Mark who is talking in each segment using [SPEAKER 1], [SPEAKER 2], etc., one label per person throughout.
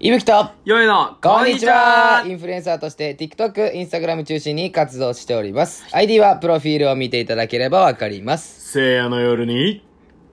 [SPEAKER 1] いぶきと、
[SPEAKER 2] よいの、
[SPEAKER 1] こんにちはインフルエンサーとして TikTok、Instagram 中心に活動しております。ID はプロフィールを見ていただければわかります。
[SPEAKER 2] 聖夜の夜に、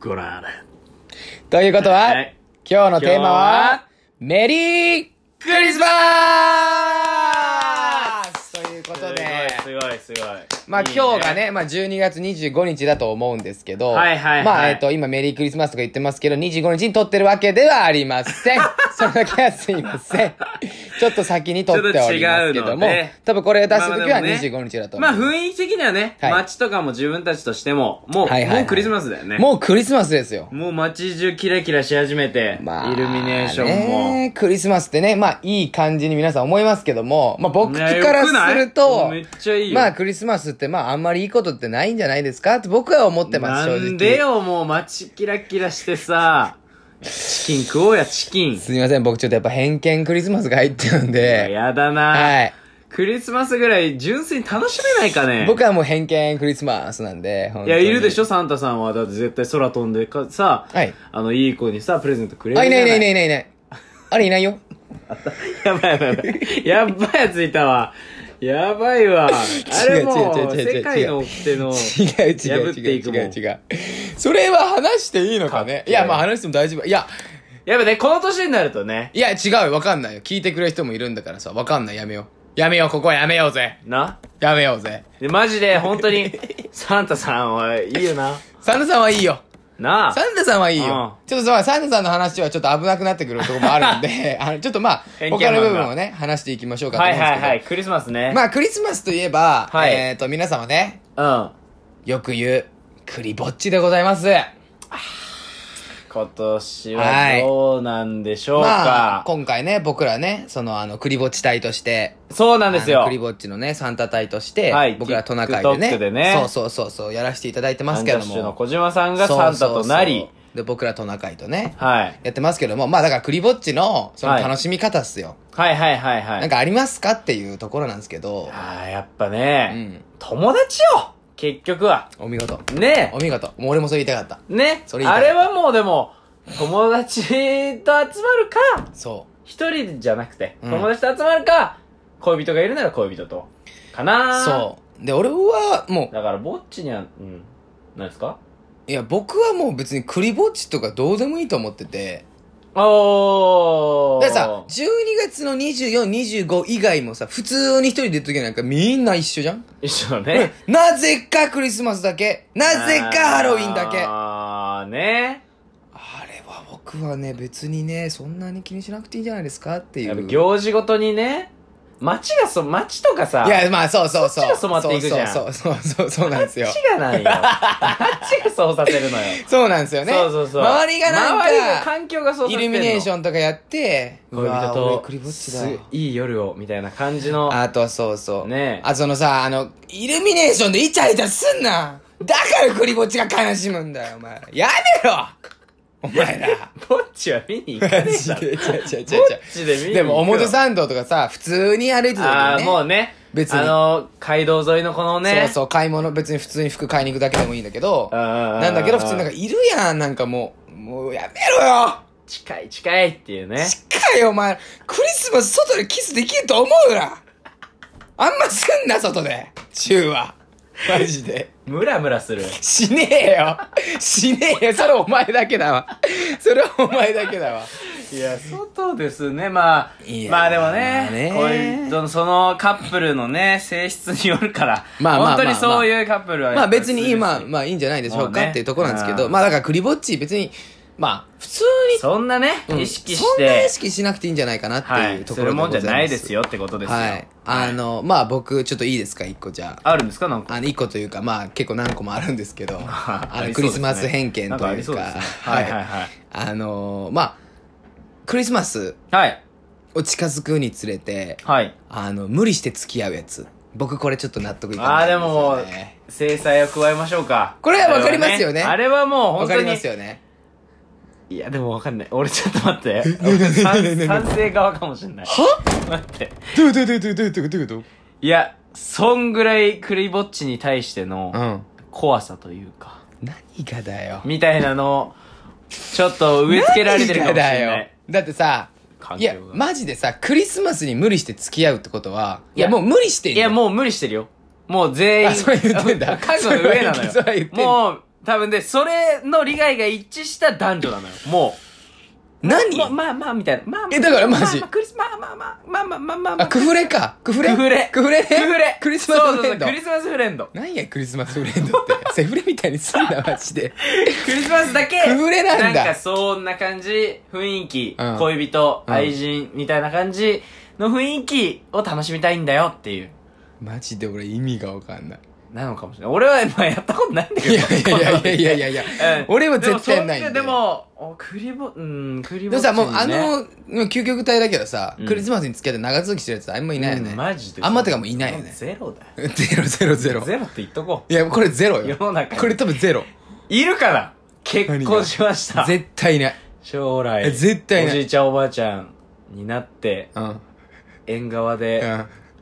[SPEAKER 2] ご覧あれ。
[SPEAKER 1] ということは、
[SPEAKER 2] はい
[SPEAKER 1] 今日のテーマは、
[SPEAKER 2] 今日は
[SPEAKER 1] メリークリスマスということで、
[SPEAKER 2] すごい、すごい、すごい。
[SPEAKER 1] まあ
[SPEAKER 2] いいね
[SPEAKER 1] 今日がね、、まあ12月25日だと思うんですけど、
[SPEAKER 2] はいはいはい
[SPEAKER 1] まあえっ、と、今メリークリスマスとか言ってますけど、25日に撮ってるわけではありませ ん。それだけはすいません。ちょっと先に撮っておりますけ
[SPEAKER 2] ちょっと違
[SPEAKER 1] ど
[SPEAKER 2] うの
[SPEAKER 1] も
[SPEAKER 2] で、
[SPEAKER 1] 多分これを出す時
[SPEAKER 2] ま
[SPEAKER 1] は
[SPEAKER 2] あまあでもね
[SPEAKER 1] 25日だと思
[SPEAKER 2] ま
[SPEAKER 1] う。
[SPEAKER 2] あ雰囲気的にはね、
[SPEAKER 1] はい
[SPEAKER 2] 街とかも自分たちとしても、もう、
[SPEAKER 1] はいはいはい
[SPEAKER 2] もうクリスマスだよね。
[SPEAKER 1] もうクリスマスですよ。
[SPEAKER 2] もう街中キラキラし始めて、
[SPEAKER 1] まあ、
[SPEAKER 2] イルミネーションも。
[SPEAKER 1] ねクリスマスってね、まあいい感じに皆さん思いますけども、まあ僕
[SPEAKER 2] いや
[SPEAKER 1] からすると
[SPEAKER 2] よくないめっ、ちゃいいよ。
[SPEAKER 1] まあクリスマスってまああんまりいいことってないんじゃないですかって僕は思ってます、正直。
[SPEAKER 2] なんでよ、もう街キラキラしてさ、チキン食おうや、チキン。
[SPEAKER 1] すみません、僕ちょっとやっぱ偏見クリスマスが入っちゃうんで、
[SPEAKER 2] やだな、
[SPEAKER 1] はい。
[SPEAKER 2] クリスマスぐらい純粋に楽しめないかね。
[SPEAKER 1] 僕はもう偏見クリスマスなんで、
[SPEAKER 2] いや、いるでし
[SPEAKER 1] ょ
[SPEAKER 2] ょ、サンタさんは。だって絶対空飛んでか、さ、
[SPEAKER 1] はい。
[SPEAKER 2] あの、いい子にさ、プレゼントくれる。
[SPEAKER 1] あ、いないいないいないいいないい ない。あれいないよ。
[SPEAKER 2] やばいやばいや ばい。やばいやついたわ。やばいわ。あれも
[SPEAKER 1] 違う違う違う違う
[SPEAKER 2] う、
[SPEAKER 1] 違う
[SPEAKER 2] 世界の 掟の。
[SPEAKER 1] 違う違う
[SPEAKER 2] 破って
[SPEAKER 1] 違う
[SPEAKER 2] いくもん
[SPEAKER 1] 違う違う。それは話していいのかねいや、まあ話しても大丈夫。いや、
[SPEAKER 2] やっぱね、この年になるとね。
[SPEAKER 1] いや違うよ、わかんないよ。聞いてくれる人もいるんだからさ、わかんない、やめよう。やめよう、ここはやめようぜ。
[SPEAKER 2] な。
[SPEAKER 1] やめようぜ。
[SPEAKER 2] で、マジで、本当に、サンタさんはいいよな。
[SPEAKER 1] サンタさんはいいよ。
[SPEAKER 2] なあ。
[SPEAKER 1] サンタさんはいいよ。
[SPEAKER 2] うん
[SPEAKER 1] ちょっとまあ、サンタさんの話はちょっと危なくなってくるところもあるんで、 あの、ちょっとまあ、
[SPEAKER 2] 偏見漫
[SPEAKER 1] 他
[SPEAKER 2] 画
[SPEAKER 1] の部分をね、話していきましょうかと
[SPEAKER 2] は
[SPEAKER 1] 思うんで
[SPEAKER 2] い
[SPEAKER 1] すけ
[SPEAKER 2] は
[SPEAKER 1] ど。
[SPEAKER 2] いはい、クリスマスね。
[SPEAKER 1] まあ、クリスマスといえば、
[SPEAKER 2] はい
[SPEAKER 1] えっ、と、皆様ね、
[SPEAKER 2] うん。
[SPEAKER 1] よく言う、クリぼっちでございます。
[SPEAKER 2] 今年
[SPEAKER 1] は
[SPEAKER 2] はいどうなんでしょうか。
[SPEAKER 1] まあ、今回ね、僕らね、その、あの、クリぼっち隊として、
[SPEAKER 2] そうなんです
[SPEAKER 1] あの
[SPEAKER 2] よ
[SPEAKER 1] ク。リぼっちのね、サンタ隊として、
[SPEAKER 2] はい
[SPEAKER 1] 僕らトナカイでね
[SPEAKER 2] TikTok でね
[SPEAKER 1] そうそうそうそう、やらせていただいてますけ
[SPEAKER 2] ア
[SPEAKER 1] ど
[SPEAKER 2] ン
[SPEAKER 1] も。
[SPEAKER 2] ジャッシュの小島さんがサンタとなり、
[SPEAKER 1] そうそうそうで、僕らトナカイとね、
[SPEAKER 2] はい。
[SPEAKER 1] やってますけども、まあだからクリぼっちの、その
[SPEAKER 2] はい
[SPEAKER 1] 楽しみ方っすよ。
[SPEAKER 2] はいはいはいはい。
[SPEAKER 1] なんかありますかっていうところなんですけど、
[SPEAKER 2] ああ、やっぱ
[SPEAKER 1] う
[SPEAKER 2] ね、
[SPEAKER 1] ん、
[SPEAKER 2] 友達よ結局は。
[SPEAKER 1] お見事。
[SPEAKER 2] ね
[SPEAKER 1] お見事。もう俺もそう言いたかった。
[SPEAKER 2] え。ね
[SPEAKER 1] それ以外
[SPEAKER 2] あれはもうでも、友達と集まるか、
[SPEAKER 1] そう。
[SPEAKER 2] 一人じゃなくて、
[SPEAKER 1] うん
[SPEAKER 2] 友達と集まるか、恋人がいるなら恋人と。かな
[SPEAKER 1] そう。で、俺は、も
[SPEAKER 2] だから、ぼっちには、うん。なんですか
[SPEAKER 1] う、いや、僕はもう別にクリぼっちとかどうでもいいと思ってて。
[SPEAKER 2] おー。
[SPEAKER 1] だからさ、12月の24、25以外もさ、普通に一人で出るときなんかみんな一緒じゃん、
[SPEAKER 2] 一緒ね。
[SPEAKER 1] なぜかクリスマスだけ。なぜかハロウィンだけ。あ
[SPEAKER 2] あー、ね。
[SPEAKER 1] れは僕はね、別にね、そんなに気にしなくていいんじゃないですかってい
[SPEAKER 2] やっぱ
[SPEAKER 1] う。
[SPEAKER 2] 行事ごとにね、街がそ、街とかさ、
[SPEAKER 1] いや、まあそうそうそう。
[SPEAKER 2] そっちが染まっていくじゃん
[SPEAKER 1] そうそうそうそう、そうなん ですよ。
[SPEAKER 2] 街がないよ。街がそうさせるのよ。
[SPEAKER 1] そうなんですよね。
[SPEAKER 2] そうそうそう。
[SPEAKER 1] 周りがなん
[SPEAKER 2] 周りが
[SPEAKER 1] か、
[SPEAKER 2] 環境がそうさ
[SPEAKER 1] イ
[SPEAKER 2] せて
[SPEAKER 1] ル
[SPEAKER 2] んの
[SPEAKER 1] ミネーションとかやって、
[SPEAKER 2] 恋
[SPEAKER 1] う
[SPEAKER 2] 人
[SPEAKER 1] わ俺
[SPEAKER 2] と
[SPEAKER 1] クリぼっちだ
[SPEAKER 2] す。いい夜をみたいな感じの
[SPEAKER 1] あと、そうそう。
[SPEAKER 2] ね
[SPEAKER 1] あ、そのさ、あの、イルミネーションでイチャイチャすんなだからクリぼっちが悲しむんだよ、お前。やめろお前ら。
[SPEAKER 2] ぼっちは見に行か
[SPEAKER 1] マ
[SPEAKER 2] ねえ
[SPEAKER 1] ジ
[SPEAKER 2] だろ
[SPEAKER 1] で、
[SPEAKER 2] ぼ
[SPEAKER 1] 違う違う違う違う
[SPEAKER 2] っちで見に行くよ
[SPEAKER 1] でも、表参道とかさ、普通に歩いてた
[SPEAKER 2] あ
[SPEAKER 1] 時に
[SPEAKER 2] あもう
[SPEAKER 1] ね。
[SPEAKER 2] ね
[SPEAKER 1] 別に
[SPEAKER 2] あの街道沿いのこのね
[SPEAKER 1] そうそう、買い物、別に普通に服買いに行くだけでもいいんだけど、な
[SPEAKER 2] なん
[SPEAKER 1] だけど普通になんかいるやん、なんかもう、もうやめろよ
[SPEAKER 2] 近い近いっていうね
[SPEAKER 1] 近いよお前、クリスマス外でキスできると思うなあんますんな、外で中は。マジで。
[SPEAKER 2] ムラムラする
[SPEAKER 1] しねえよしねえよそれお前だけだわ。それはお前だけだわ。
[SPEAKER 2] いや外ですねま
[SPEAKER 1] い
[SPEAKER 2] あ
[SPEAKER 1] や
[SPEAKER 2] まあでも
[SPEAKER 1] まあね
[SPEAKER 2] ね恋人のそのカップルのね性質によるから
[SPEAKER 1] まあまあまあ
[SPEAKER 2] 本当にそういうカップルは
[SPEAKER 1] まあ別に今、
[SPEAKER 2] ま
[SPEAKER 1] まあいいんじゃないでしょう
[SPEAKER 2] もう
[SPEAKER 1] か
[SPEAKER 2] ね
[SPEAKER 1] っていうところなんですけど、
[SPEAKER 2] うん
[SPEAKER 1] まあだからクリぼっち別に、まあ普通
[SPEAKER 2] そんなね
[SPEAKER 1] に、うん
[SPEAKER 2] 意識して
[SPEAKER 1] そんな意識しなくていいんじゃないかなって
[SPEAKER 2] は
[SPEAKER 1] いう
[SPEAKER 2] い
[SPEAKER 1] と
[SPEAKER 2] す
[SPEAKER 1] ころ
[SPEAKER 2] るもんじゃないで
[SPEAKER 1] よ
[SPEAKER 2] すよってことですよ
[SPEAKER 1] はい。あの、まあ僕、ちょっといいですか、一個じゃあ。
[SPEAKER 2] あるんですかなんか
[SPEAKER 1] あの、一個というか、まあ結構何個もあるんですけど、あ
[SPEAKER 2] あ
[SPEAKER 1] の、
[SPEAKER 2] りそうですね
[SPEAKER 1] クリスマス偏見という
[SPEAKER 2] なん
[SPEAKER 1] か、
[SPEAKER 2] かありそうですねはいはいはい。
[SPEAKER 1] あの、まあ、クリスマス
[SPEAKER 2] はい。
[SPEAKER 1] を近づくにつれて、
[SPEAKER 2] はい。
[SPEAKER 1] あの、無理して付き合うやつ。僕これちょっと納得いか
[SPEAKER 2] あ
[SPEAKER 1] な
[SPEAKER 2] あ、
[SPEAKER 1] いん
[SPEAKER 2] です
[SPEAKER 1] よ
[SPEAKER 2] も
[SPEAKER 1] ね。、
[SPEAKER 2] 制裁を加えましょうか。
[SPEAKER 1] これはわかりますよね
[SPEAKER 2] あれはもう
[SPEAKER 1] わ
[SPEAKER 2] 本
[SPEAKER 1] か
[SPEAKER 2] 当
[SPEAKER 1] り
[SPEAKER 2] に
[SPEAKER 1] ま。すよね。
[SPEAKER 2] いや、でもわかんない。俺ちょっと待 って。俺賛賛成側かもしんない。
[SPEAKER 1] は
[SPEAKER 2] 待って。
[SPEAKER 1] どういうことどういうことどういうことどういうこ
[SPEAKER 2] いや、そんぐらいクリぼっちに対して
[SPEAKER 1] とう
[SPEAKER 2] の
[SPEAKER 1] ん。
[SPEAKER 2] 怖さというか、
[SPEAKER 1] 何がだよ。
[SPEAKER 2] みたいなのを、ちょっと植え付けられてるかもしれ
[SPEAKER 1] 何
[SPEAKER 2] な
[SPEAKER 1] がだよ
[SPEAKER 2] い。
[SPEAKER 1] だってさ、
[SPEAKER 2] 環
[SPEAKER 1] い
[SPEAKER 2] 境
[SPEAKER 1] や
[SPEAKER 2] が。、
[SPEAKER 1] マジでさ、クリスマスに無理して付き合うってことは、いや、
[SPEAKER 2] いや
[SPEAKER 1] もう無理してん
[SPEAKER 2] い
[SPEAKER 1] の
[SPEAKER 2] や、もう無理してるよ。もう全員。
[SPEAKER 1] あそれ言ってんだ
[SPEAKER 2] 覚悟の上なの
[SPEAKER 1] それは言っ
[SPEAKER 2] よ
[SPEAKER 1] て。んだ
[SPEAKER 2] もう、多分ね、それの利害が一致した男女なのよ。もう。
[SPEAKER 1] 何
[SPEAKER 2] まあまあまあ、みたいな。まあまあ。
[SPEAKER 1] えだからマジ
[SPEAKER 2] まあまあクリスまあまあまあ、まあまあまあまあま
[SPEAKER 1] あ、
[SPEAKER 2] あ。
[SPEAKER 1] クフレか。クフレ
[SPEAKER 2] クフレ。
[SPEAKER 1] クフレね
[SPEAKER 2] クフレ。
[SPEAKER 1] クリスマスフレンド
[SPEAKER 2] そうそうそうク。リスマスフレンド。
[SPEAKER 1] 何や、クリスマスフレンドって。セフレみたいにすんな、マジ で。
[SPEAKER 2] クリスマスだけ。
[SPEAKER 1] クフレなんだ
[SPEAKER 2] かそんな感じ、雰囲気、
[SPEAKER 1] うん
[SPEAKER 2] 恋人、
[SPEAKER 1] うん
[SPEAKER 2] 愛人みたいな感じの雰囲気を楽しみたいんだよっていう。
[SPEAKER 1] マジで俺意味がわかんない。
[SPEAKER 2] なのかもしれない。俺は今やったことないんだけ
[SPEAKER 1] い
[SPEAKER 2] ど。
[SPEAKER 1] やいやいやいやいやいやいや、
[SPEAKER 2] うん
[SPEAKER 1] 俺は絶対ないんだよ
[SPEAKER 2] でもそんなでも、おクリボ、うん、ク
[SPEAKER 1] で
[SPEAKER 2] リボ
[SPEAKER 1] も
[SPEAKER 2] ッチにね。
[SPEAKER 1] さ、もうあの、もう究極体だけどさ、
[SPEAKER 2] うん
[SPEAKER 1] クリスマスに付き合って長続きしてるやつあんまいないよね。
[SPEAKER 2] うんマジで。
[SPEAKER 1] あんまてかもういないよね。
[SPEAKER 2] ゼロだよ。
[SPEAKER 1] ゼロゼロゼロ。
[SPEAKER 2] ゼロって言っとこ
[SPEAKER 1] いや、これゼロ
[SPEAKER 2] う。
[SPEAKER 1] よ
[SPEAKER 2] 世。の中に
[SPEAKER 1] これ多分ゼロ。
[SPEAKER 2] いるから結婚しました。
[SPEAKER 1] 絶対いない。
[SPEAKER 2] 将来。
[SPEAKER 1] 絶対
[SPEAKER 2] お
[SPEAKER 1] な
[SPEAKER 2] じ
[SPEAKER 1] い。
[SPEAKER 2] いちゃんおばあちゃんになって、
[SPEAKER 1] うん。うん。
[SPEAKER 2] 縁側で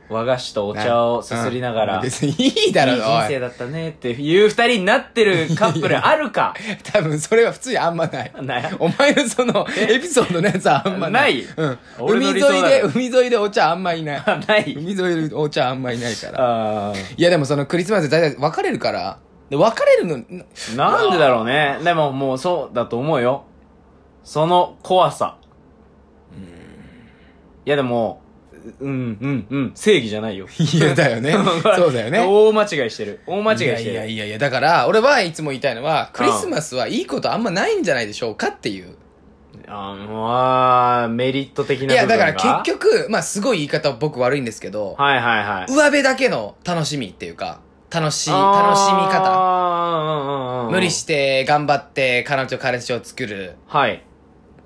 [SPEAKER 2] 和菓子とお茶をすすりなが
[SPEAKER 1] う
[SPEAKER 2] ら、
[SPEAKER 1] ん
[SPEAKER 2] いい
[SPEAKER 1] 別にいいだろ、
[SPEAKER 2] 人
[SPEAKER 1] お
[SPEAKER 2] 生
[SPEAKER 1] い。
[SPEAKER 2] だったねっていう二人になってるカップルあるか。
[SPEAKER 1] 多分それは普通にあんま ない。
[SPEAKER 2] ない
[SPEAKER 1] お前のその、エピソードのやつはあんまない。
[SPEAKER 2] ない
[SPEAKER 1] うん。
[SPEAKER 2] 俺
[SPEAKER 1] 海
[SPEAKER 2] の
[SPEAKER 1] 沿
[SPEAKER 2] 理
[SPEAKER 1] い
[SPEAKER 2] 想だ
[SPEAKER 1] で、海沿いでお茶あんまいない。
[SPEAKER 2] ない。
[SPEAKER 1] 海沿いでお茶あんまいないから。
[SPEAKER 2] あー
[SPEAKER 1] いやでもそのクリスマスで大体別れるから。で別れる の、ん
[SPEAKER 2] なんでだろうね。でももうそうだと思うよ。その怖さ。いやでも、ううん、うん、うん、正義じゃないよ。
[SPEAKER 1] いやだよ ね。そうだよね。
[SPEAKER 2] 大間違いしてる。大間違いしてる。
[SPEAKER 1] いやいやいやいや、だから、俺はいつも言いたいのは、クリスマスはいいことあんまないんじゃないでしょうかっていう。
[SPEAKER 2] あのあーメリット的ない部
[SPEAKER 1] や、
[SPEAKER 2] 分が。
[SPEAKER 1] だから結局、まあすごい言い方僕悪いんですけど、
[SPEAKER 2] はいはいはい。
[SPEAKER 1] 上辺だけの楽しみっていうか、楽しい、楽しみ方。
[SPEAKER 2] 方
[SPEAKER 1] 無理して頑張って彼女彼氏を作る。
[SPEAKER 2] はい。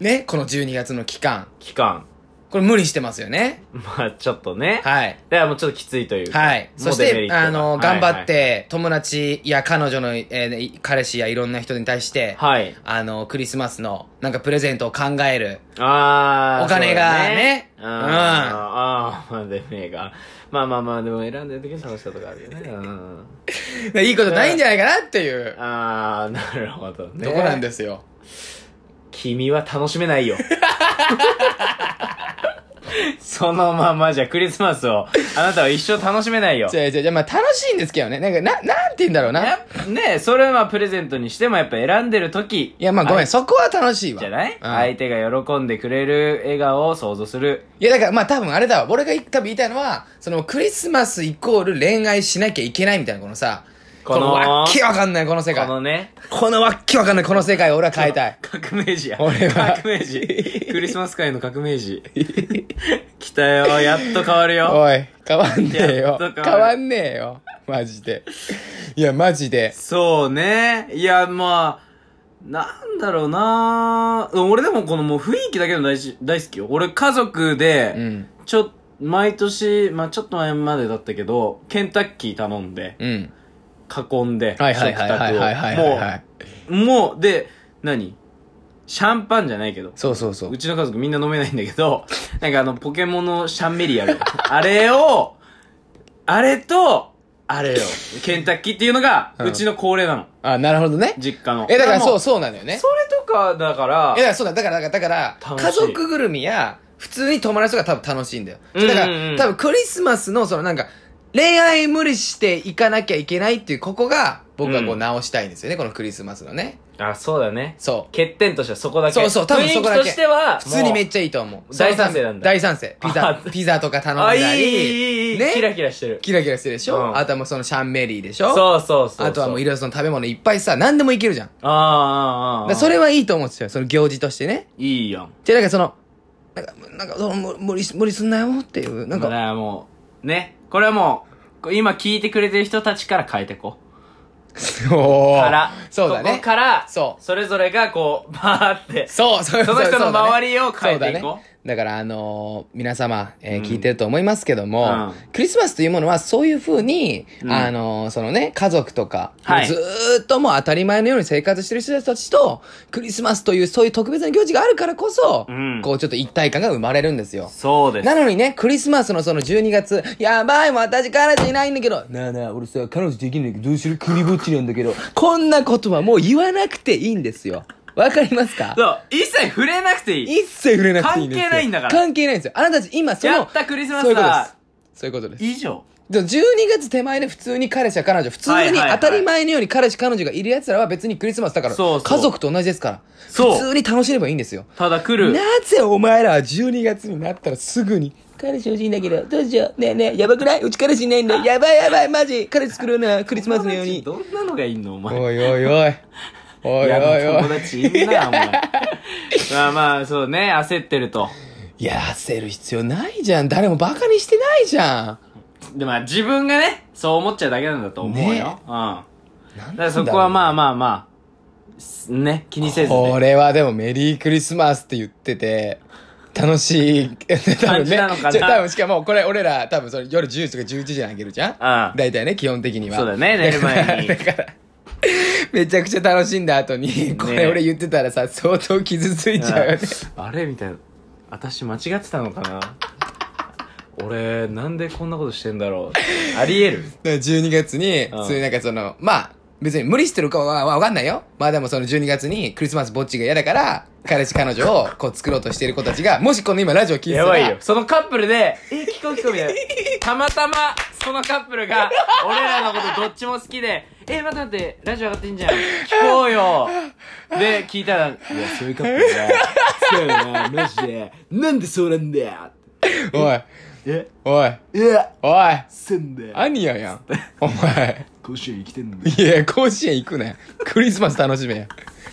[SPEAKER 1] ね、この12月の期間。
[SPEAKER 2] 期間。
[SPEAKER 1] これ無理してますよね。
[SPEAKER 2] まあちょっとね。
[SPEAKER 1] はい。
[SPEAKER 2] だからもうちょっときついというか。
[SPEAKER 1] はい。
[SPEAKER 2] も
[SPEAKER 1] そうし
[SPEAKER 2] デメ
[SPEAKER 1] て
[SPEAKER 2] リ、ットが
[SPEAKER 1] あの、頑張っ。
[SPEAKER 2] はい
[SPEAKER 1] て、友達や彼女の、えー彼氏やいろんな人に対して、
[SPEAKER 2] はい。はい
[SPEAKER 1] あの、クリスマスの、なんかプレゼントを考える。
[SPEAKER 2] あー
[SPEAKER 1] お金がね
[SPEAKER 2] そうだ
[SPEAKER 1] うん
[SPEAKER 2] あーあー、まあでも映画。まあまあまあ、でも選んでる時に楽しさとかある よね。うん。
[SPEAKER 1] いいことないんじゃないかなって いう、
[SPEAKER 2] ああ、なるほどね。
[SPEAKER 1] とこなん
[SPEAKER 2] す。
[SPEAKER 1] ですよ。
[SPEAKER 2] 君は楽し めないよ。そのままじゃクリスマスを、あなたは一生楽しめないよ。
[SPEAKER 1] じゃあじゃあじゃあまあ楽しいんですけどね。なんか、な、なんて言うんだろうな。い
[SPEAKER 2] やっねそれはまあプレゼントにしてもやっぱ選んでる時。
[SPEAKER 1] や、まあごめん、そこは楽しいわ。
[SPEAKER 2] じゃない、
[SPEAKER 1] うん
[SPEAKER 2] 相手が喜んでくれる笑顔を想像する。
[SPEAKER 1] いや、だからまあ多分あれだわ。俺が多分言いたいのは、そのクリスマスイコール恋愛しなきゃいけないみたいな、このさ、
[SPEAKER 2] こ
[SPEAKER 1] こ
[SPEAKER 2] の
[SPEAKER 1] のわっけわかんないこの世
[SPEAKER 2] こ
[SPEAKER 1] 界。
[SPEAKER 2] のね、
[SPEAKER 1] このわっけわかんないこの世界を俺は変えたい。
[SPEAKER 2] 革命児や。
[SPEAKER 1] 俺は
[SPEAKER 2] 革命児。クリスマス会の革命児。来たよ、やっと変わるよ。
[SPEAKER 1] おい、変わんねえよ。
[SPEAKER 2] やっと
[SPEAKER 1] 変
[SPEAKER 2] 変わる
[SPEAKER 1] わんねえよ。マジで。いや、マジで。
[SPEAKER 2] そうね。いや、まあ、なんだろうな俺でもこのもう雰囲気だけでも大事大好きよ。俺家族で、
[SPEAKER 1] うん。
[SPEAKER 2] ちょ、毎年、まあちょっと前までだったけど、ケンタッキー頼んで、
[SPEAKER 1] うん。
[SPEAKER 2] 囲んで、
[SPEAKER 1] はいはいはいはいはいはいはい、はい。
[SPEAKER 2] 食卓を。もう、もう、で、何シャンパンじゃないけど、
[SPEAKER 1] そうそうそう
[SPEAKER 2] う。ちの家族みんな飲めないんだけど、 なんかあの、ポケモンのシャンメリあるよ。 あれを、あれと、あれよ。ケンタッキーっていうのが、
[SPEAKER 1] うん
[SPEAKER 2] うちの恒例なの。
[SPEAKER 1] あ、なるほどね。
[SPEAKER 2] 実家の。
[SPEAKER 1] え、だからそう
[SPEAKER 2] そ
[SPEAKER 1] そうなのよね。
[SPEAKER 2] それとか、だから
[SPEAKER 1] え、だ、からそうだ、だから、だから、だから
[SPEAKER 2] 楽
[SPEAKER 1] 家
[SPEAKER 2] しい
[SPEAKER 1] 族ぐるみや、普通に友達とか多分楽しいんだよ。
[SPEAKER 2] うんうんう
[SPEAKER 1] だ
[SPEAKER 2] ん
[SPEAKER 1] から、多分クリスマスのそのなんか、恋愛無理していかなきゃいけないっていう、ここが、僕はこ
[SPEAKER 2] う
[SPEAKER 1] うん直したいんですよね、このクリスマスのね。
[SPEAKER 2] あ、そうだね。
[SPEAKER 1] そう。
[SPEAKER 2] 欠点としてはそこだけ。
[SPEAKER 1] そうそう多分そこだけ
[SPEAKER 2] 雰囲気としては、
[SPEAKER 1] 普通にめ
[SPEAKER 2] っ
[SPEAKER 1] っちゃいいと思う。
[SPEAKER 2] 大賛成なんだ
[SPEAKER 1] 大賛成。ピザ、
[SPEAKER 2] あ
[SPEAKER 1] ピザとか頼んだ
[SPEAKER 2] あ、い
[SPEAKER 1] り。
[SPEAKER 2] い、いい、いい、
[SPEAKER 1] ね
[SPEAKER 2] キラキラしてる。
[SPEAKER 1] キラキラしてるでしょ、
[SPEAKER 2] うん
[SPEAKER 1] あとはもうそのシャンメリーでしょ
[SPEAKER 2] そうそうそう。
[SPEAKER 1] あとはもうい
[SPEAKER 2] い
[SPEAKER 1] ろいろその食べ物いっぱいさ、何でもいけるじゃん。だか
[SPEAKER 2] ああ、ああ、あ
[SPEAKER 1] ら
[SPEAKER 2] あ。
[SPEAKER 1] それはいいと思うんですよ、その行事としてね。
[SPEAKER 2] いいやん。
[SPEAKER 1] じゃあなんかその、なんか、なんかその無無理し、無理すんなよっていう、なんか、
[SPEAKER 2] だからもう、ね。これはもう、こう今聞いてくれてる人たちから変えてこう。
[SPEAKER 1] おー
[SPEAKER 2] から。
[SPEAKER 1] そうだ
[SPEAKER 2] こ
[SPEAKER 1] ね
[SPEAKER 2] こ。から、
[SPEAKER 1] そう
[SPEAKER 2] それぞれがこう、バーって。
[SPEAKER 1] そう、そう
[SPEAKER 2] その人の周りを変えてい
[SPEAKER 1] そ
[SPEAKER 2] こう
[SPEAKER 1] うだねだから、あのー皆様、えー
[SPEAKER 2] うん
[SPEAKER 1] 聞いてると思いますけども、
[SPEAKER 2] うん
[SPEAKER 1] クリスマスというものはそういうふうに、
[SPEAKER 2] うん
[SPEAKER 1] あのーそのね、家族とか、
[SPEAKER 2] はい
[SPEAKER 1] ずーっともう当たり前のように生活してる人たちと、クリスマスというそういう特別な行事があるからこそ、
[SPEAKER 2] うん
[SPEAKER 1] こうちょっと一体感が生まれるんですよ。
[SPEAKER 2] そうです。
[SPEAKER 1] なのにね、クリスマスのその12月、やばい、私彼女いないんだけど、なあなあ、俺さ、彼女できんだけど、どうするクリぼっちなんだけど、こんなことはもう言わなくていいんですよ。わかりますか
[SPEAKER 2] そう、一切触れなくていい。
[SPEAKER 1] 一切触れなくていいんですよ
[SPEAKER 2] 関係ないんだから
[SPEAKER 1] 関係ないんですよ。あなたたち今その、
[SPEAKER 2] やったクリスマ
[SPEAKER 1] そういう
[SPEAKER 2] ス
[SPEAKER 1] ことです
[SPEAKER 2] だ。
[SPEAKER 1] そういうことです。
[SPEAKER 2] 以上。
[SPEAKER 1] でも12月手前で普通に彼氏や彼女、普通
[SPEAKER 2] はい
[SPEAKER 1] に
[SPEAKER 2] はいはい
[SPEAKER 1] 当たり前のように彼氏彼女がいる奴らは別にクリスマスだから、
[SPEAKER 2] そうそう
[SPEAKER 1] 家族と同じですから、
[SPEAKER 2] そう
[SPEAKER 1] 普通に楽しめばいいんですよ。
[SPEAKER 2] ただ来る。
[SPEAKER 1] なぜお前らは12月になったらすぐに、彼氏欲しいんだけど、どうしよう、ねえねえ、やばくないうち彼氏いないんだ、やばいやばい、マジ、彼氏作るな、クリスマスのように。
[SPEAKER 2] どんなのがいいのお前。
[SPEAKER 1] おいおいおい。おいおい
[SPEAKER 2] や
[SPEAKER 1] おい。
[SPEAKER 2] 友達いんな、お前。まあまあ、そうね、焦ってると。
[SPEAKER 1] いや、焦る必要ないじゃん。誰もバカにしてないじゃ
[SPEAKER 2] で、まあ自分がね、そう思っちゃうだけなんだと思う
[SPEAKER 1] ね
[SPEAKER 2] よ。うん。だか
[SPEAKER 1] ん。なん
[SPEAKER 2] らそこはまあ
[SPEAKER 1] あ、
[SPEAKER 2] まあまあ、すね、気にせず
[SPEAKER 1] こ
[SPEAKER 2] ね。
[SPEAKER 1] れはでもメリークリスマスって言ってて、楽し い。多分
[SPEAKER 2] 感
[SPEAKER 1] ね
[SPEAKER 2] じなのかな
[SPEAKER 1] ちょ 多分しかもこれ俺ら多分それ夜10時とか11時にあげるじゃん
[SPEAKER 2] う ん
[SPEAKER 1] 大体ね、基本的には。
[SPEAKER 2] そうだね、寝る前に。
[SPEAKER 1] めちゃくちゃ楽しんだ後に、これ俺言ってたらさ、相当傷つ いちゃうよね。
[SPEAKER 2] ああれみたいな。私間違ってたのかな俺、なんでこんなことしてんだろう。ありえる
[SPEAKER 1] だから12月に、
[SPEAKER 2] うん
[SPEAKER 1] そういうなんかその、まあ、別に無理してるかはわかんないよ。まあでもその12月にクリスマスぼっちが嫌だから、彼氏彼女をこう作ろうとしている子たちが、もしこの今ラジオ聞いてた
[SPEAKER 2] や
[SPEAKER 1] ら、
[SPEAKER 2] ばいよ。そのカップルで、え、聞こう聞こうみたいな。たまたま、そのカップルが、俺らのことどっちも好きで、え、待って待って、ラジオ上がってんじゃん。聞こうよ。で、聞いたら、いや、そういうカップルが、そうやな、マジで。なんでそうなんだよ。
[SPEAKER 1] おい、
[SPEAKER 2] え、
[SPEAKER 1] おい、
[SPEAKER 2] いや、
[SPEAKER 1] おい、
[SPEAKER 2] せんで、
[SPEAKER 1] アニヤやん。お前、
[SPEAKER 2] 甲子園生きてんだよ。
[SPEAKER 1] いや、甲子園行くなよ。クリスマス楽しめよ。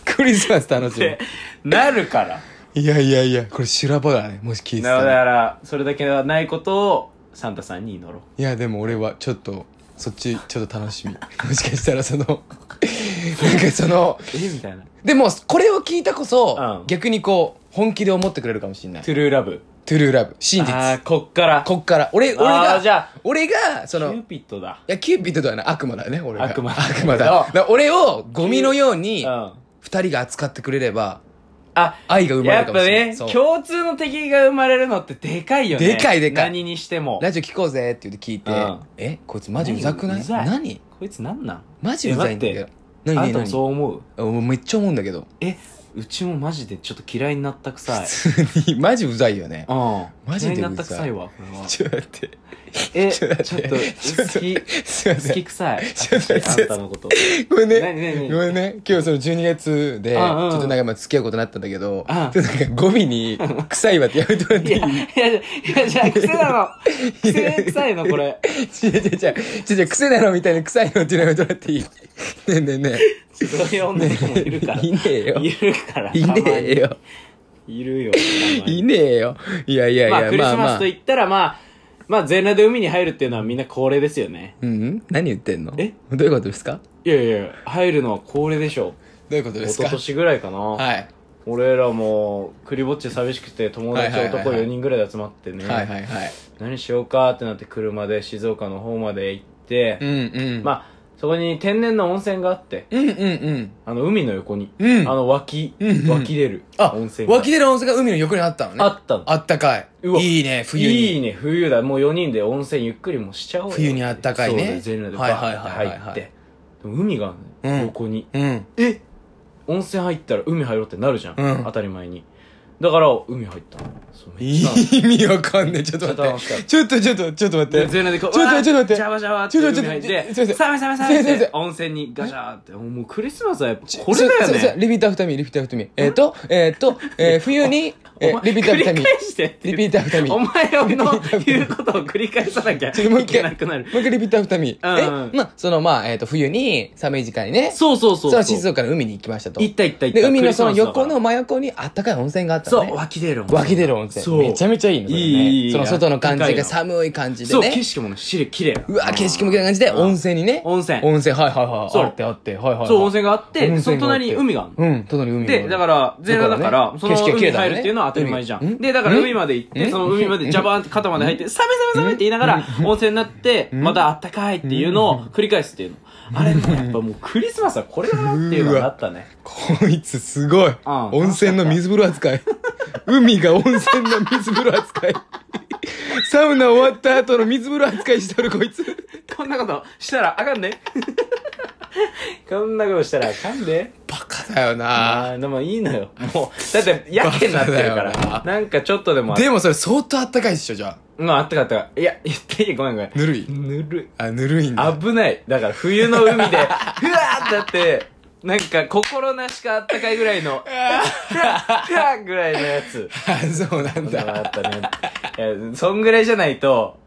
[SPEAKER 1] クリスマス楽
[SPEAKER 2] っ
[SPEAKER 1] しめ
[SPEAKER 2] て。、なるから。
[SPEAKER 1] いやいやいや、これ修羅場だね、もし聞いて
[SPEAKER 2] な
[SPEAKER 1] た
[SPEAKER 2] だ
[SPEAKER 1] ら。
[SPEAKER 2] から、それだけはないことを、サンタさんに祈ろう。
[SPEAKER 1] いや、でも俺はちょっと、そっち、ちょっと楽しみ。 もしかしたらその、なんかその、
[SPEAKER 2] えみた いな。
[SPEAKER 1] でも、これを聞いたこそ、
[SPEAKER 2] うん
[SPEAKER 1] 逆にこう、本気で思ってくれるかもしれない。ト
[SPEAKER 2] トゥルーラブ。
[SPEAKER 1] ゥルーラブ。真
[SPEAKER 2] あ
[SPEAKER 1] 実
[SPEAKER 2] あ、。こっから。
[SPEAKER 1] こっから。俺、俺
[SPEAKER 2] あ
[SPEAKER 1] が、
[SPEAKER 2] ーじゃあ
[SPEAKER 1] 俺が、そ
[SPEAKER 2] キ
[SPEAKER 1] の、
[SPEAKER 2] ュー
[SPEAKER 1] い
[SPEAKER 2] ピッドだ。
[SPEAKER 1] や、キューピッドではない。悪魔だね、俺が。
[SPEAKER 2] 悪魔
[SPEAKER 1] 悪 魔だ。
[SPEAKER 2] う
[SPEAKER 1] だか
[SPEAKER 2] ん
[SPEAKER 1] ら俺をゴミのよう
[SPEAKER 2] う
[SPEAKER 1] に、
[SPEAKER 2] ん。
[SPEAKER 1] 二人が扱ってくれれば、
[SPEAKER 2] あ、
[SPEAKER 1] 愛が生まれ
[SPEAKER 2] や
[SPEAKER 1] る
[SPEAKER 2] っ
[SPEAKER 1] か
[SPEAKER 2] ぱ
[SPEAKER 1] もしれない。
[SPEAKER 2] ね、
[SPEAKER 1] そう
[SPEAKER 2] 共通の敵が生まれるのってでかいよね。
[SPEAKER 1] でかいでかい
[SPEAKER 2] 何にしても。
[SPEAKER 1] ラジオ聞こうぜって言って聞いて、
[SPEAKER 2] うん
[SPEAKER 1] え、こいつマジうざくな
[SPEAKER 2] う
[SPEAKER 1] い
[SPEAKER 2] ざい
[SPEAKER 1] 何
[SPEAKER 2] こいつなんなん
[SPEAKER 1] マジうざいんだけ
[SPEAKER 2] え
[SPEAKER 1] ど
[SPEAKER 2] 待。
[SPEAKER 1] 何
[SPEAKER 2] あ
[SPEAKER 1] 何
[SPEAKER 2] んたも
[SPEAKER 1] 何
[SPEAKER 2] そう思う
[SPEAKER 1] 俺めっちゃ思うんだけど。
[SPEAKER 2] え、うちもマジでちょっと嫌いになったくさい。
[SPEAKER 1] 普通に、マジうざいよね
[SPEAKER 2] う。ん。
[SPEAKER 1] マジでうざい
[SPEAKER 2] 嫌いになったくさいわ、これは。
[SPEAKER 1] ちょっと待って。
[SPEAKER 2] え、
[SPEAKER 1] ち
[SPEAKER 2] ち
[SPEAKER 1] ょ
[SPEAKER 2] ょ
[SPEAKER 1] っ
[SPEAKER 2] っ
[SPEAKER 1] と
[SPEAKER 2] と、
[SPEAKER 1] 待って
[SPEAKER 2] 好き、
[SPEAKER 1] すいません
[SPEAKER 2] 好きくさい。
[SPEAKER 1] ちょっと待って
[SPEAKER 2] 私あんたのこと。
[SPEAKER 1] ごめんね。
[SPEAKER 2] 何何
[SPEAKER 1] ごめんね。今日その12月で、ち
[SPEAKER 2] うんうん
[SPEAKER 1] ょっとなんかまあ付き合うことになったんだけど、ちょ
[SPEAKER 2] うん
[SPEAKER 1] っとなんか語尾 に、臭いわってやめてもらっ
[SPEAKER 2] い
[SPEAKER 1] ていい
[SPEAKER 2] や、いや、いや、じゃあ癖なの。癖臭いの、これ。
[SPEAKER 1] 違う違う違う。違う違う、癖なのみたいな臭いのっていうのやめてもらっていいねえねえね
[SPEAKER 2] そういう女の子もいるから。
[SPEAKER 1] いねえよ
[SPEAKER 2] いるから。
[SPEAKER 1] え。いねえよ。
[SPEAKER 2] たまに。いるよ。たまに
[SPEAKER 1] いねえよ。いやいやい
[SPEAKER 2] まあ、
[SPEAKER 1] や、
[SPEAKER 2] クリ
[SPEAKER 1] ま
[SPEAKER 2] ス
[SPEAKER 1] あ
[SPEAKER 2] マス
[SPEAKER 1] まあ
[SPEAKER 2] と。言ったら、まあ、まあ、全裸で海に入るっていうのはみんな恒例ですよね。
[SPEAKER 1] うん何言ってんの
[SPEAKER 2] え
[SPEAKER 1] どういうことですか
[SPEAKER 2] いやいや、入るのは恒例でしょ。
[SPEAKER 1] どういうことで
[SPEAKER 2] 一
[SPEAKER 1] すか
[SPEAKER 2] 昨年ぐらいかな。
[SPEAKER 1] はい。
[SPEAKER 2] 俺らも、クリぼっち寂しくて、友達
[SPEAKER 1] はいはいはい
[SPEAKER 2] 男
[SPEAKER 1] はい
[SPEAKER 2] 4人ぐらいで集まってね、
[SPEAKER 1] はいはいはい。
[SPEAKER 2] 何しようかってなって車で静岡の方まで行って、
[SPEAKER 1] うんうん。あ。
[SPEAKER 2] まあ、そこに天然の温泉があって、
[SPEAKER 1] うんうんうん。
[SPEAKER 2] あの、海の横に、
[SPEAKER 1] うん
[SPEAKER 2] あの、湧き、
[SPEAKER 1] うんうん
[SPEAKER 2] 湧き出る
[SPEAKER 1] あ、
[SPEAKER 2] 温泉が
[SPEAKER 1] 湧き出る温泉が海の横にあったのね。
[SPEAKER 2] あったの。
[SPEAKER 1] あったかい。
[SPEAKER 2] うわ
[SPEAKER 1] いいね、冬に。
[SPEAKER 2] いいね、冬だ。もう4人で温泉ゆっくりもしちゃおうよ
[SPEAKER 1] 冬にあったかいね
[SPEAKER 2] そうだよ全裸で
[SPEAKER 1] はい
[SPEAKER 2] バ
[SPEAKER 1] はい
[SPEAKER 2] ー
[SPEAKER 1] はいはいはい
[SPEAKER 2] って入って。でも海がある
[SPEAKER 1] う
[SPEAKER 2] の
[SPEAKER 1] ん
[SPEAKER 2] よ横に。
[SPEAKER 1] うん。
[SPEAKER 2] え温泉入ったら海入ろうってなるじゃん。
[SPEAKER 1] うん
[SPEAKER 2] 当たり前に。だから、海入ったの。そうめっちゃ
[SPEAKER 1] 意味わかんねえ。ちょっと
[SPEAKER 2] ちょっと
[SPEAKER 1] 待
[SPEAKER 2] 楽しか
[SPEAKER 1] っ。
[SPEAKER 2] ってた
[SPEAKER 1] ちょっとちょっと、ちょっと待
[SPEAKER 2] で
[SPEAKER 1] って。
[SPEAKER 2] 全裸でこう、
[SPEAKER 1] ちょっと
[SPEAKER 2] わー
[SPEAKER 1] ちょっと待って
[SPEAKER 2] ジャバジャバっ
[SPEAKER 1] ち
[SPEAKER 2] て
[SPEAKER 1] ょっとち
[SPEAKER 2] 海
[SPEAKER 1] ょっと
[SPEAKER 2] 入っ
[SPEAKER 1] ちょっと
[SPEAKER 2] て、
[SPEAKER 1] ちょっ
[SPEAKER 2] サ
[SPEAKER 1] と
[SPEAKER 2] メサメサ
[SPEAKER 1] 先
[SPEAKER 2] メ
[SPEAKER 1] 生
[SPEAKER 2] っ
[SPEAKER 1] 先
[SPEAKER 2] て
[SPEAKER 1] 生
[SPEAKER 2] 温泉にガシャーって。もうクリスマスはやっぱ
[SPEAKER 1] ちょ
[SPEAKER 2] これ
[SPEAKER 1] そう
[SPEAKER 2] だ
[SPEAKER 1] そうそ
[SPEAKER 2] よ
[SPEAKER 1] う
[SPEAKER 2] ね。
[SPEAKER 1] リピートアフターミー、リピートアフターミー。えっと、えっと、えー冬に、え
[SPEAKER 2] お
[SPEAKER 1] ー
[SPEAKER 2] 前
[SPEAKER 1] リピートアフターミ
[SPEAKER 2] 繰
[SPEAKER 1] ー。
[SPEAKER 2] り返してって言
[SPEAKER 1] リ
[SPEAKER 2] っ
[SPEAKER 1] ピートアフターミー。
[SPEAKER 2] お
[SPEAKER 1] もう
[SPEAKER 2] 前の言うことを繰り返さなきゃ
[SPEAKER 1] ちょもう
[SPEAKER 2] い
[SPEAKER 1] 一回
[SPEAKER 2] けなくなる。
[SPEAKER 1] 一回リピートアフターミ
[SPEAKER 2] うん
[SPEAKER 1] ー。
[SPEAKER 2] う
[SPEAKER 1] え、
[SPEAKER 2] ん
[SPEAKER 1] まあ、その、まあ、えっと、冬に、寒い時間にね、
[SPEAKER 2] そうそうそ
[SPEAKER 1] そ
[SPEAKER 2] うそう。
[SPEAKER 1] の静岡の海に行きましたと。
[SPEAKER 2] 行った行った行った。
[SPEAKER 1] で、海のその
[SPEAKER 2] クリスマスだから
[SPEAKER 1] 横の真横にあったかい温泉があったの
[SPEAKER 2] そう、
[SPEAKER 1] ね。
[SPEAKER 2] 湧き出る温泉。
[SPEAKER 1] 湧き出る温
[SPEAKER 2] そ
[SPEAKER 1] 泉。
[SPEAKER 2] う。
[SPEAKER 1] めちゃめちゃいいのそれね
[SPEAKER 2] いいいい
[SPEAKER 1] その外の感
[SPEAKER 2] あっ
[SPEAKER 1] じ
[SPEAKER 2] た
[SPEAKER 1] が
[SPEAKER 2] かいの
[SPEAKER 1] 寒い感じで
[SPEAKER 2] そう、
[SPEAKER 1] ね。
[SPEAKER 2] 景色もね、しれ、綺麗。
[SPEAKER 1] うわ、景色も綺麗な感じで、
[SPEAKER 2] うん
[SPEAKER 1] 温泉にね。
[SPEAKER 2] 温泉
[SPEAKER 1] 温泉、はいはいはい。
[SPEAKER 2] そう
[SPEAKER 1] あってあって、はいはいはい。
[SPEAKER 2] そう、温泉があっ
[SPEAKER 1] 温
[SPEAKER 2] て、
[SPEAKER 1] 泉
[SPEAKER 2] その隣に海があ
[SPEAKER 1] あ
[SPEAKER 2] る
[SPEAKER 1] る。うん、隣に海がある
[SPEAKER 2] で、だから、全裸だから、
[SPEAKER 1] だ
[SPEAKER 2] そ
[SPEAKER 1] からね景
[SPEAKER 2] の
[SPEAKER 1] 色が綺麗
[SPEAKER 2] 海
[SPEAKER 1] だもんね
[SPEAKER 2] 入るっていうのは当たり前じゃ
[SPEAKER 1] うん
[SPEAKER 2] ん。で、だから
[SPEAKER 1] うん
[SPEAKER 2] 海まで行っ
[SPEAKER 1] う
[SPEAKER 2] て、
[SPEAKER 1] ん
[SPEAKER 2] その海までジャバーンって肩まで入って、サメサメサメって言いながら、温泉になって、またあったかいっていうのを繰り返すっていうの。あれね、やっぱもうクリスマスはこれだなっていうのがあったね。
[SPEAKER 1] こいつすごい。温泉の水風呂扱い。海が温泉の水風呂扱い。サウナ終 わった後の水風呂扱いしとるこいつ。
[SPEAKER 2] こんなことしたらあかんね。こんなことしたらあかんで。
[SPEAKER 1] バカだよな
[SPEAKER 2] ああ、でもいいのよ。もう、だって、やけになってるか
[SPEAKER 1] バカだよな。
[SPEAKER 2] らなんかちょっとでもあ、
[SPEAKER 1] でもそれ相当あったかいっしょじゃ
[SPEAKER 2] まああったかあったかい。いや、言っていいごめんごめん
[SPEAKER 1] あ。ぬるい
[SPEAKER 2] ぬるい。
[SPEAKER 1] あぬるいんだ
[SPEAKER 2] 危ない。だから冬の海で、うわーってなって、なんか心なしかあったかいぐらいの、うわーうわーぐらいのやつ。
[SPEAKER 1] あそうなん
[SPEAKER 2] だからあ
[SPEAKER 1] だ
[SPEAKER 2] ったね。いや、そんぐらいじゃないと、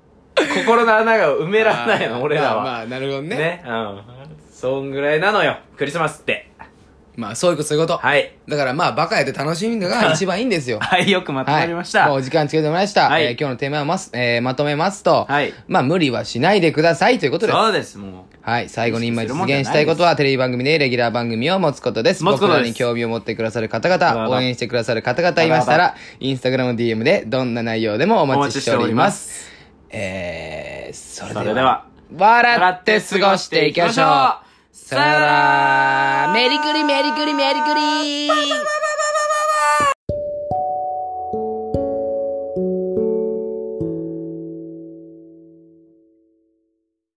[SPEAKER 2] 心の穴が埋められない
[SPEAKER 1] あ
[SPEAKER 2] の、
[SPEAKER 1] ー
[SPEAKER 2] 俺ら
[SPEAKER 1] まあま
[SPEAKER 2] は。
[SPEAKER 1] あなるほどね
[SPEAKER 2] ね。うん。そんぐらいなのよ、クリスマスって。
[SPEAKER 1] まあそういうことそういうこと、
[SPEAKER 2] はい。
[SPEAKER 1] だからまあバカやって楽しむのが一番いいんですよ
[SPEAKER 2] はい、よくまとまりまし
[SPEAKER 1] はい
[SPEAKER 2] た。
[SPEAKER 1] もうお時間つけてもらいました、
[SPEAKER 2] はい
[SPEAKER 1] えー今日のテーマをます、えーまとめますと、
[SPEAKER 2] はい
[SPEAKER 1] まあ無理はしないでくださいということです
[SPEAKER 2] そうです、も
[SPEAKER 1] はい。最後に今実現したいことは、テレビ番組でレギュラー番組を持つことです。
[SPEAKER 2] 持つことです
[SPEAKER 1] 僕らに興味を持ってくださる方
[SPEAKER 2] わ
[SPEAKER 1] 々、
[SPEAKER 2] わ
[SPEAKER 1] 応援してくださる方々いましたら、インスタグラム DM でどんな内容でもお
[SPEAKER 2] う。お
[SPEAKER 1] 待
[SPEAKER 2] 待
[SPEAKER 1] ち
[SPEAKER 2] ちし
[SPEAKER 1] して
[SPEAKER 2] て
[SPEAKER 1] お
[SPEAKER 2] お
[SPEAKER 1] り
[SPEAKER 2] りま
[SPEAKER 1] ます。
[SPEAKER 2] す。
[SPEAKER 1] えー、それでは
[SPEAKER 2] それでは、
[SPEAKER 1] 笑って過ごしていきましょう。さ
[SPEAKER 2] さ
[SPEAKER 1] よならメリクリメリクリメリクリー